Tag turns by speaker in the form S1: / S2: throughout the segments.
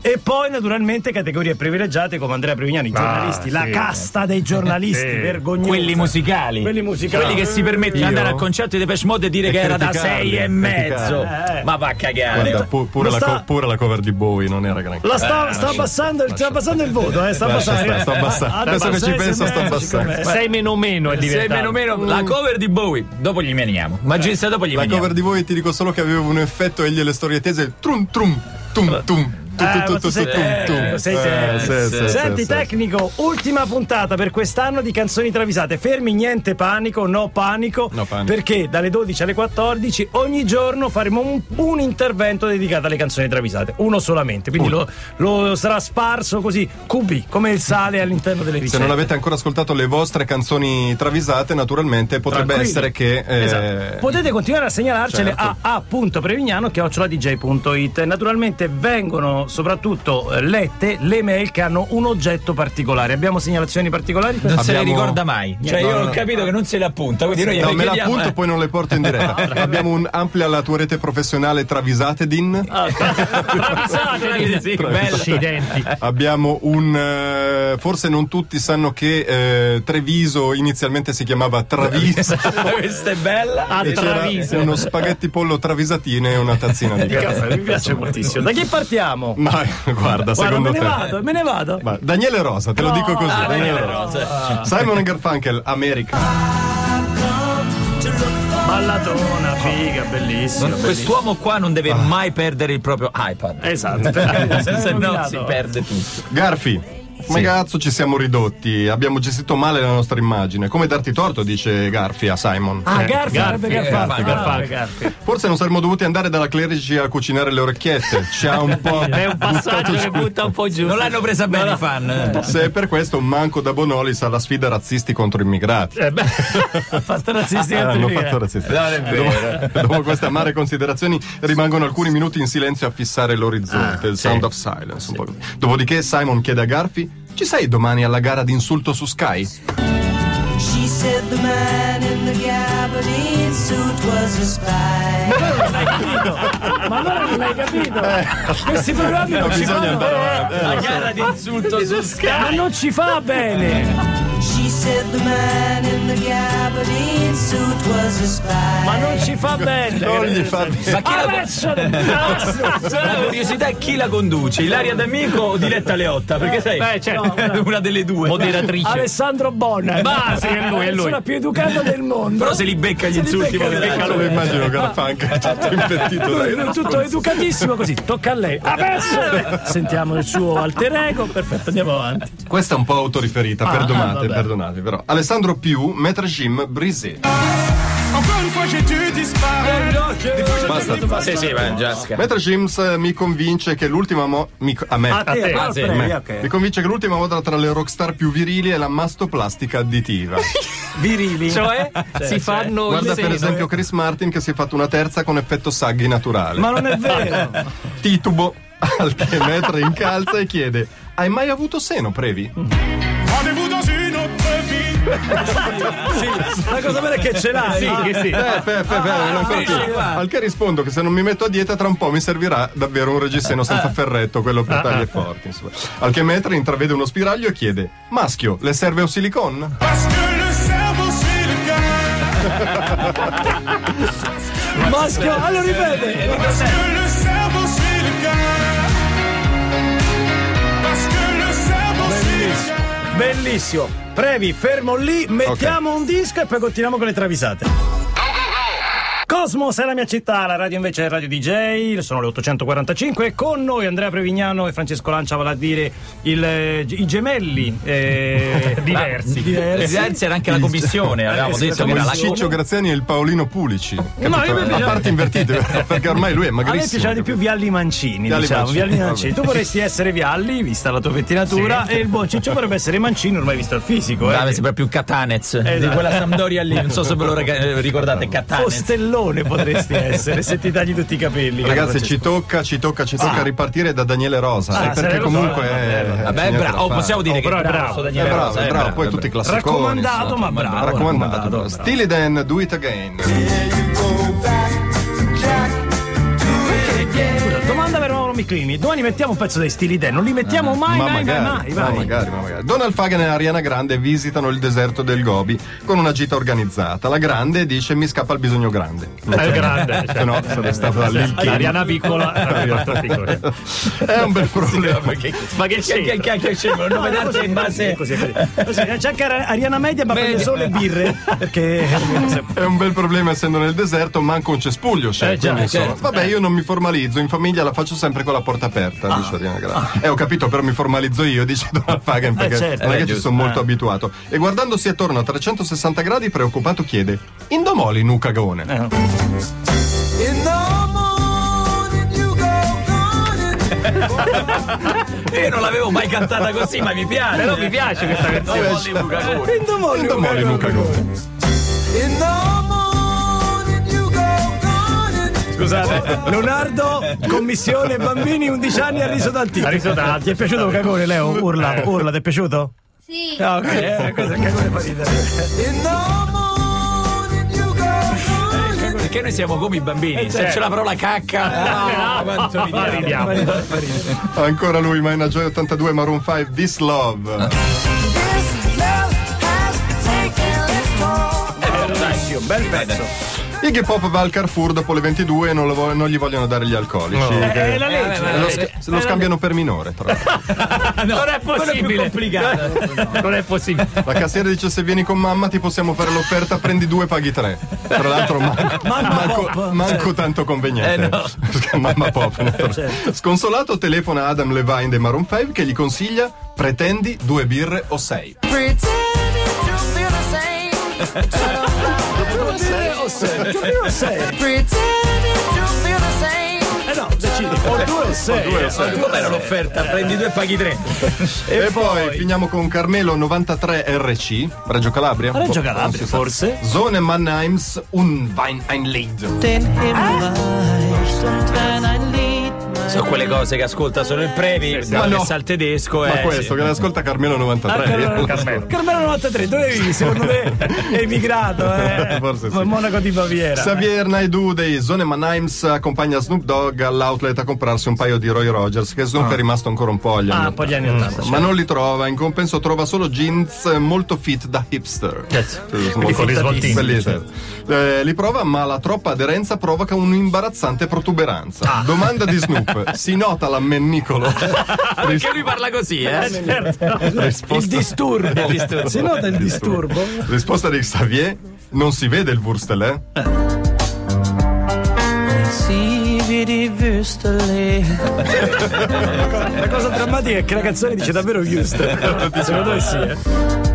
S1: E poi naturalmente categorie privilegiate come Andrea Prevignani, i
S2: Ah,
S1: giornalisti, la
S2: sì.
S1: casta dei giornalisti,
S2: Sì.
S1: vergognosi.
S3: Quelli musicali.
S1: Quelli musicali.
S3: Quelli che si permettono di
S2: Io?
S3: andare al concerto di Depeche Mode e dire
S2: E
S3: che era da
S2: criticarli,
S3: sei e mezzo.
S1: criticarli.
S3: Ma va a cagare.
S2: Eh. Guarda, pu- pure,
S1: Lo
S2: la
S1: sta-
S2: co- pure la cover di Bowie non era granché.
S1: La sta, sta abbassando, sta abbassando il voto, eh, sta
S2: Lascia
S1: abbassando.
S2: stare, sto abbassando.
S1: Ah, ah,
S2: Adesso che
S1: sei,
S2: ci penso
S1: sei
S2: sto
S1: mezzo,
S2: abbassando.
S1: siccome-
S4: Sei meno meno è
S3: Se
S4: diventato.
S3: meno meno la cover di Bowie, dopo gli meniamo. Ma Gilsa, dopo gli
S2: Eh, La
S3: meniamo.
S2: cover di Bowie ti dico solo che aveva un effetto egli e le storie tese. Trum trum tum tum. Eh,
S1: Eh, ma tu Eh, sei tecnico, sei tecnico. Senti,
S2: tecnico.
S1: tecnico, ultima puntata per quest'anno di canzoni travisate. Fermi, niente panico, no panico.
S2: No panico.
S1: Perché dalle 12 alle 14 ogni giorno faremo un, un intervento dedicato alle canzoni travisate. Uno solamente. Quindi lo, lo sarà sparso così, cubi, come il sale all'interno delle
S2: Se
S1: ricette.
S2: non avete ancora ascoltato le vostre canzoni travisate, naturalmente potrebbe
S1: Tranquilli.
S2: essere che. eh,
S1: Esatto. Potete continuare a segnalarcele
S2: certo.
S1: a a.prevignano.it. Naturalmente vengono soprattutto eh, lette le mail che hanno un oggetto particolare. Abbiamo segnalazioni particolari?
S3: Non se le
S2: Abbiamo- Eh,
S3: ricorda mai. Cioè,
S2: No,
S3: io
S2: no,
S3: ho
S2: no.
S3: capito che non se le appunta. Quindi noi
S2: No,
S3: gliele
S2: me la
S3: chiediamo,
S2: appunto
S3: eh.
S2: poi non le porto in diretta. Abbiamo un amplia la tua rete professionale travisate din.
S3: Travisate, sì, bello.
S4: Accidenti.
S2: Abbiamo un. eh, forse non tutti sanno che eh, Treviso inizialmente si chiamava Traviso.
S3: Esatto. Questa è bella.
S4: Ah,
S2: E c'era
S4: Traviso.
S2: uno spaghetti pollo travisatine e una tazzina di
S1: Di
S2: caffè.
S1: caffè, mi piace moltissimo. Da chi partiamo?
S2: Ma guarda,
S1: Guarda,
S2: secondo
S1: me ne
S2: te.
S1: vado, me ne vado.
S2: Ma Daniele Rosa, te lo dico così.
S3: Ah,
S2: Daniele
S3: bella,
S2: Rosa.
S3: Rosa.
S2: Simon and Garfunkel, America.
S1: Ballatona, figa, bellissima. bellissima.
S3: Quest'uomo qua non
S2: Ah.
S3: deve mai perdere il proprio iPad.
S1: Esatto,
S2: Eh,
S3: Se no si
S1: perde
S3: perde tutto.
S2: Garfi. Ma cazzo ci siamo ridotti, abbiamo gestito male la nostra immagine. Come darti torto, dice Garfi a Simon.
S1: Ah, Garfi, Garfi,
S2: eh,
S3: Garfi,
S1: Garfi,
S3: Garfi.
S1: Garfi.
S2: Forse non saremmo dovuti andare dalla Clerici a cucinare le orecchiette. Ci ha un po'.
S4: È un passaggio che butta un po' giù.
S3: Non l'hanno presa bene i fan. eh.
S2: Se è per questo, Manco da Bonolis alla sfida razzisti contro immigrati.
S1: Eh beh, ha fatto razzisti
S2: Ah, hanno
S1: anche eh.
S2: fatto razzisti. Dopo, dopo queste amare considerazioni rimangono alcuni minuti in silenzio a fissare l'orizzonte,
S1: Ah,
S2: il sound of silence. un po' così. Dopodiché Simon chiede a Garfi, ci sei domani alla gara di insulto su Sky?
S5: She said the man in the gabardine suit was a spy.
S1: Ma allora non l'hai capito? Questi programmi non ci
S2: bisogna
S1: fanno.
S3: Eh, La gara di insulto su
S1: Ma
S3: Sky.
S1: non ci fa bene!
S5: She said the man in the gabardine suit was a spy.
S1: Ma non ci fa
S2: Non
S1: bene!
S2: gli fa
S3: Ma chi la
S1: Arrestate!
S3: Sono la curiosità è chi la conduce, Ilaria D'Amico o Diletta Leotta? Perché sai,
S4: Beh, certo.
S3: una delle due.
S4: Moderatrice.
S1: Alessandro Bonna!
S4: Ma sì, è lui,
S1: La
S4: è lui.
S1: persona più educata del mondo!
S3: Però se li becca gli
S1: Se li
S3: insulti,
S1: becca, li
S3: poveraccio.
S1: becca
S2: Lo immagino Garfunkel tutto impettito
S1: Lui
S2: dai.
S1: è tutto educatissimo così, tocca a lei. Adesso! Sentiamo il suo alter ego, perfetto, andiamo avanti.
S2: Questa è un po' autoriferita,
S1: ah,
S2: perdonate,
S1: vabbè.
S2: perdonate però. Alessandro Più, Maître Jim, Brisé.
S6: Encore une fois, j'ai dû disparaître.
S2: Basta.
S3: Sì, sì, ma già.
S2: Maître James eh, mi convince che l'ultima mo- mi co- a me.
S1: A te,
S3: ah,
S1: ah,
S3: sì,
S1: prego,
S2: Me.
S1: ok.
S2: Mi convince che l'ultima moda tra le rockstar più virili è la mastoplastica additiva.
S1: Virili.
S4: Cioè, si fanno
S2: Guarda
S4: il
S2: per
S4: seno.
S2: esempio Chris Martin che si è fatto una terza con effetto saghi naturale.
S1: Ma non è vero!
S2: Titubo al che metro incalza e chiede: Hai mai avuto seno, Previ?
S6: Rendez-vous dans une autre vie.
S1: La cosa bella è che ce l'hai!
S4: Sì, che sì.
S2: Eh, fe- fe- fe- non
S3: finisce
S2: continua.
S3: qua.
S2: al che rispondo che se non mi metto a dieta tra un po' mi servirà davvero un reggiseno senza ferretto, quello per tagli e forti. Insomma. Al che metro intravede uno spiraglio e chiede: Maschio, le serve un silicon?
S6: Parce que le cerveau, c'est le cœur.
S1: Maschio, allora ripete!
S6: Parce que le cerveau, c'est le cœur. Parce que le cerveau, c'est le cœur.
S1: Bellissimo. Previ, fermo lì, mettiamo un disco e poi continuiamo con le travisate. Cosmos è la mia città, la radio invece è Radio DJ, sono le 845 e con noi Andrea Prevignano e Francesco Lancia, vale a dire il, eh, i gemelli eh,
S3: Diversi.
S1: diversi.
S3: Diversi era anche la commissione, avevamo
S1: sì,
S3: detto che
S2: Come
S3: era
S2: Cioè, il
S3: la
S2: Ciccio Graziani e il Paolino Pulici. capito?
S1: mi piace-
S2: a parte invertite, perché ormai lui è
S1: A me
S2: magrissimo.
S1: piaceva di più Vialli Mancini,
S2: Vialli
S1: diciamo,
S2: Mancini,
S1: Vialli
S2: vabbè.
S1: Mancini. Tu vorresti essere Vialli, vista la tua pettinatura, e il buon Ciccio potrebbe essere Mancini, ormai visto il fisico.
S3: Brava,
S1: Eh.
S3: sembra più Catanez di quella Sampdoria lì. Non so se ve lo raga- ricordate, Catanez.
S1: Costellone potresti essere se ti tagli tutti i capelli. caro
S2: Ragazzi,
S1: Francesco. Ah.
S2: ci tocca, ci tocca, ci tocca ripartire da Daniele Rosa. eh, perché
S1: Daniele Rosa,
S2: comunque. è-
S3: Vabbè,
S2: c'è
S3: è
S2: niente da
S3: bravo. Oh,
S2: fare.
S3: possiamo dire
S2: Oh,
S3: che è bravo. sto
S2: È
S3: Daniele
S2: bravo,
S3: Rosa,
S2: è
S3: eh,
S2: bravo.
S3: bravo,
S2: Poi
S3: è
S2: tutti i
S3: bravo.
S2: classiconi.
S1: Raccomandato,
S2: insomma.
S1: ma bravo.
S2: Raccomandato.
S1: raccomandato.
S2: Steely Dan, do it again.
S1: Eh, Domanda per Mauro Tommy Clini, domani mettiamo un pezzo dei stili Dan, non li mettiamo mai,
S2: Eh, ma
S1: mai,
S2: magari,
S1: mai, mai,
S2: ma
S1: mai.
S2: magari, ma magari. Donald Fagan e Ariana Grande visitano il deserto del Gobi con una gita organizzata. La Grande dice: Mi scappa il bisogno grande.
S1: È grande. certo. Esatto.
S2: Se no, sarebbe stata lì.
S1: Ariana piccola, Ariana piccola.
S2: È un bel problema.
S4: Ma che
S3: Che,
S4: c'è?
S3: che, che, che scelgo? Il nome d'arte in base.
S1: Così, così. Così, eh, C'è anche Ari- Ariana Media, ma prende solo le birre. Perché.
S2: È un bel problema essendo nel deserto, manca un cespuglio. Cioè,
S1: Eh,
S3: già,
S2: quindi, insomma,
S3: certo.
S2: Vabbè, io non mi formalizzo, in famiglia la faccio sempre con la porta
S1: Ah.
S2: aperta, dice Ariana Grande. Eh, ho capito, però mi formalizzo io, dice Donald Fagan, perché
S1: certo.
S2: non è
S1: Eh,
S2: che ci
S1: giusto,
S2: sono molto
S1: eh.
S2: abituato. E guardandosi attorno a 360 gradi, preoccupato, chiede: Indomoli Nuca Gaone.
S1: Eh.
S3: Io non l'avevo mai cantata così, ma mi piace.
S4: Però mi piace
S1: Eh,
S4: questa canzone.
S1: Indomoli,
S2: Indomoli Nuca Gaone.
S1: Scusate, Leonardo, commissione bambini 11 anni ha riso dal titolo. Ti è piaciuto il cagone, Leo? Urla, urla, ti è piaciuto?
S7: Sì.
S1: Ah, ok, eh, questo è il cagone fa ridere.
S3: Perché noi siamo come i bambini. Se c'è la parola cacca, Eh, certo. ah, quanto mi
S4: Ma ridiamo.
S1: Fa ridere, fa ridere.
S2: Ancora lui, ma è una gioia 82 Maroon 5, This Love.
S3: Bel pezzo.
S1: Eh.
S2: Iggy Pop va al Carrefour dopo le 22 e non, lo vo- non gli vogliono dare gli alcolici.
S1: Eh,
S2: Che-
S1: è la legge.
S2: eh, lo, sca- lo scambiano per minore, tra l'altro.
S4: Non è
S3: Quello è più
S4: possibile.
S3: complicato.
S4: Non è possibile.
S2: La cassiera dice se vieni con mamma ti possiamo fare l'offerta, prendi due paghi tre. Tra l'altro manco, manco,
S1: Certo.
S2: manco tanto conveniente.
S1: Eh,
S2: mamma Pop. naturalmente. Sconsolato telefona Adam Levine dei Maroon 5 che gli consiglia pretendi due birre o sei.
S1: Eh no, decidi. O due o sei.
S2: Due o sei.
S3: Com'era l'offerta? Prendi due e paghi tre.
S2: E, poi, finiamo con Carmelo 93 RC, Reggio Calabria.
S1: Reggio
S2: Boh, non
S1: Calabria,
S2: si sa.
S1: forse.
S2: Zone Mannheims un Wein ein Lied.
S5: Den Himmel reicht und wenn ein Lied mein
S3: Sono quelle cose che ascolta solo il Previ,
S2: Ma
S3: ma
S2: no.
S3: Ah, no. sa il tedesco.
S2: Ma
S3: eh,
S2: questo che l'ascolta Carmelo 93.
S1: Ah, Carmelo. Carmelo 93, dove vivi? Secondo me è emigrato, eh.
S2: Forse sì.
S1: Come Monaco di Baviera.
S2: Xavier Naidu dei Zone Mannheims accompagna Snoop Dogg all'outlet a comprarsi un paio di Roy Rogers che Snoop è rimasto ancora un po' agli anni
S1: Ah, un po' gli anni 80.
S2: Ma non li trova, in compenso trova solo jeans eh, molto fit da hipster. Sì, sono
S1: con i svoltini,
S2: Quelli, eh, li prova, ma la troppa aderenza provoca un'imbarazzante
S1: Ah.
S2: protuberanza. Domanda di Snoop: si nota l'ammennicolo?
S3: Perché lui parla così, eh?
S1: certo. Il disturbo. Si nota il disturbo?
S2: Risposta di Xavier: non si vede il Wurstel, eh?
S5: Sieh wie die Wüste lebt.
S1: La cosa drammatica è che la canzone dice davvero Houston. Secondo me sì, eh.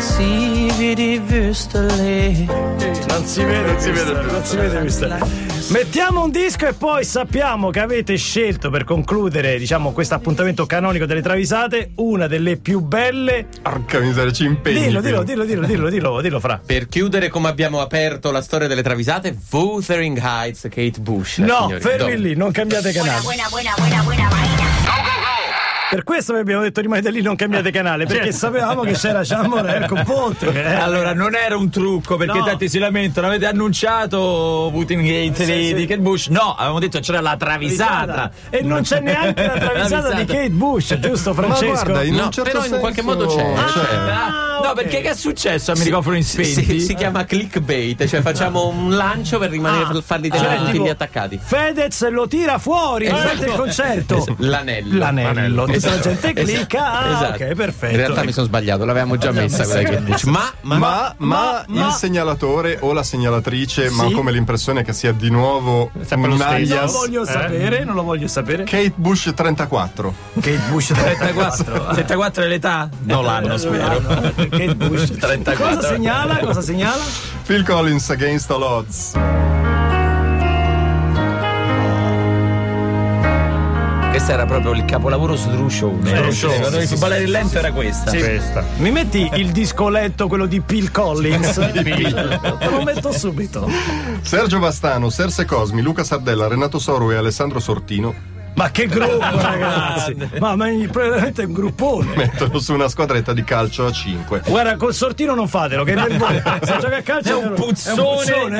S5: Sieh wie die Wüste lebt.
S1: Non si vede, non si vede, non si vede mister. Mettiamo un disco e poi sappiamo che avete scelto per concludere, diciamo, questo appuntamento canonico delle travisate, una delle più belle.
S2: Arca miseria, ci impegni.
S1: Dillo, dillo, dillo, dillo, dillo, dillo, dillo fra.
S8: Per chiudere come abbiamo aperto la storia delle travisate, Wuthering Heights, Kate Bush. la
S1: No,
S8: signorina. Dopo.
S1: fermi lì, non cambiate canale.
S7: Buena, buena, buena, buena, buena.
S1: Per questo vi abbiamo detto rimanete lì, non cambiate canale, perché sapevamo che c'era Ciamorel con Ponte. eh.
S3: Allora, non era un trucco perché
S1: No.
S3: tanti si lamentano. Avete annunciato Putin Gates
S1: Sì,
S3: di,
S1: sì.
S3: di Kate Bush? No, avevamo detto c'era la travisata.
S1: E non c'è neanche la travisata di Kate Bush, giusto
S2: Ma
S1: Francesco?
S2: guarda, in
S8: No,
S2: un certo
S8: però in
S2: senso
S8: qualche modo c'è.
S2: c'è.
S1: Ah,
S3: Cioè, no,
S1: ok.
S3: perché che è successo a microfono in
S8: Si,
S3: spenti? Cioè,
S8: si- si chiama clickbait, cioè facciamo un lancio per rimanere, per farli tenere
S1: Ah. cioè,
S8: tutti
S1: tipo-
S8: lì attaccati.
S1: Fedez lo tira fuori durante il concerto.
S8: L'anello.
S1: L'anello, tutta la gente
S8: Esatto.
S1: clicca. Ah,
S8: Esatto.
S1: ok, perfetto. Ecco.
S8: In realtà mi sono sbagliato, l'avevamo già messa quella di Kate Bush. Ma, ma,
S2: Ma, ma,
S1: ma-
S2: il segnalatore o la segnalatrice, ma
S1: Sì.
S2: come l'impressione che sia di nuovo
S4: lo
S2: un
S4: stesso.
S1: Non lo
S2: alias
S1: voglio sapere, non lo voglio sapere.
S2: Kate Bush 34.
S1: Kate Bush
S3: 34, 34 è l'età? Eh, No, l'anno spero.
S1: Kate Bush 34. Cosa segnala? Cosa segnala?
S2: Phil Collins Against All Odds.
S3: Questo era proprio il capolavoro sdruccio. Sdruccio. Quando si ballare il lento era questa.
S1: Mi metti il discoletto, quello di Phil Collins? Te lo metto subito.
S2: Sergio Bastano, Serse Cosmi, Luca Sardella, Renato Soro e Alessandro Sortino
S1: Ma che gruppo, ragazzi! Ma, ma è veramente un gruppone.
S2: Mettono su una squadretta di calcio a 5.
S1: Guarda, col sortino non fatelo, che è nervoso. Se gioca a calcio
S3: È un puzzone,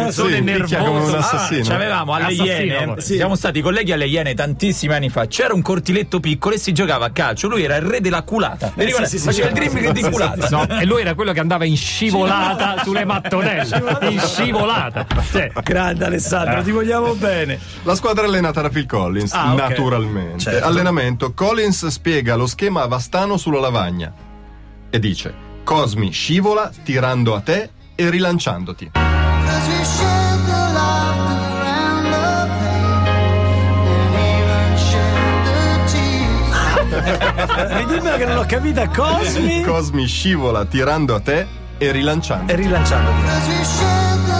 S1: puzzone, eh,
S4: Sono
S2: Sì,
S1: sì.
S2: picchia come un
S4: nervoso.
S2: assassino.
S4: Ah, ci avevamo alle
S3: Assassino,
S4: Iene.
S3: amore.
S1: Sì.
S3: Siamo stati colleghi alle Iene tantissimi anni fa. C'era un cortiletto piccolo e si giocava a calcio. Lui era il re della culata. Mi ricordo,
S1: Eh, sì, sì,
S3: faceva
S1: sì,
S3: il dribbling di culata.
S4: No, e lui era quello che andava in scivolata sulle mattonelle. In scivolata. Cioè,
S1: Grande Alessandro, ti vogliamo bene.
S2: La squadra è allenata da Phil Collins,
S1: Ah, ok.
S2: naturalmente.
S1: Certo.
S2: Allenamento. Collins spiega lo schema a Vastano sulla lavagna e dice: Cosmi scivola tirando a te e rilanciandoti.
S1: Ridimmelo Eh, che non l'ho capita, Cosmi.
S2: Cosmi scivola tirando a te e rilanciandoti.
S1: e rilanciandoti.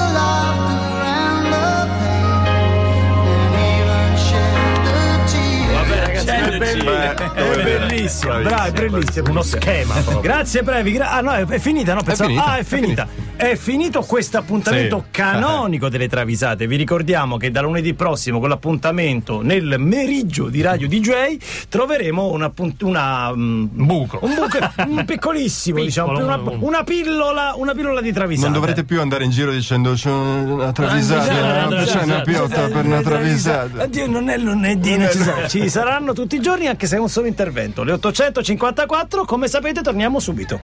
S2: Beh,
S1: È bellissimo, bravo, è bellissimo. Uno schema. Grazie, Previ. gra- ah, no, è, è finita, no? Pensavo-
S2: finita,
S1: ah, è
S2: è
S1: finita. È finito questo appuntamento canonico delle travisate. Vi ricordiamo che da lunedì prossimo, con l'appuntamento nel meriggio di Radio DJ, troveremo un appunt- una. mm,
S4: buco.
S1: un buco un piccolissimo, diciamo,
S4: Piccolo,
S1: una,
S4: un-
S1: una pillola, una pillola di travisate.
S2: Non dovrete più andare in giro dicendo c'è una
S1: Esatto. Ah,
S2: travisata,
S1: bisogna-
S2: una- c'è
S4: bisogna-
S2: una piotta per una travisata.
S1: Oddio, non è lunedì, non ci, sarà. ci saranno tutti i giorni anche se è un solo intervento. Le 854, come sapete, torniamo subito.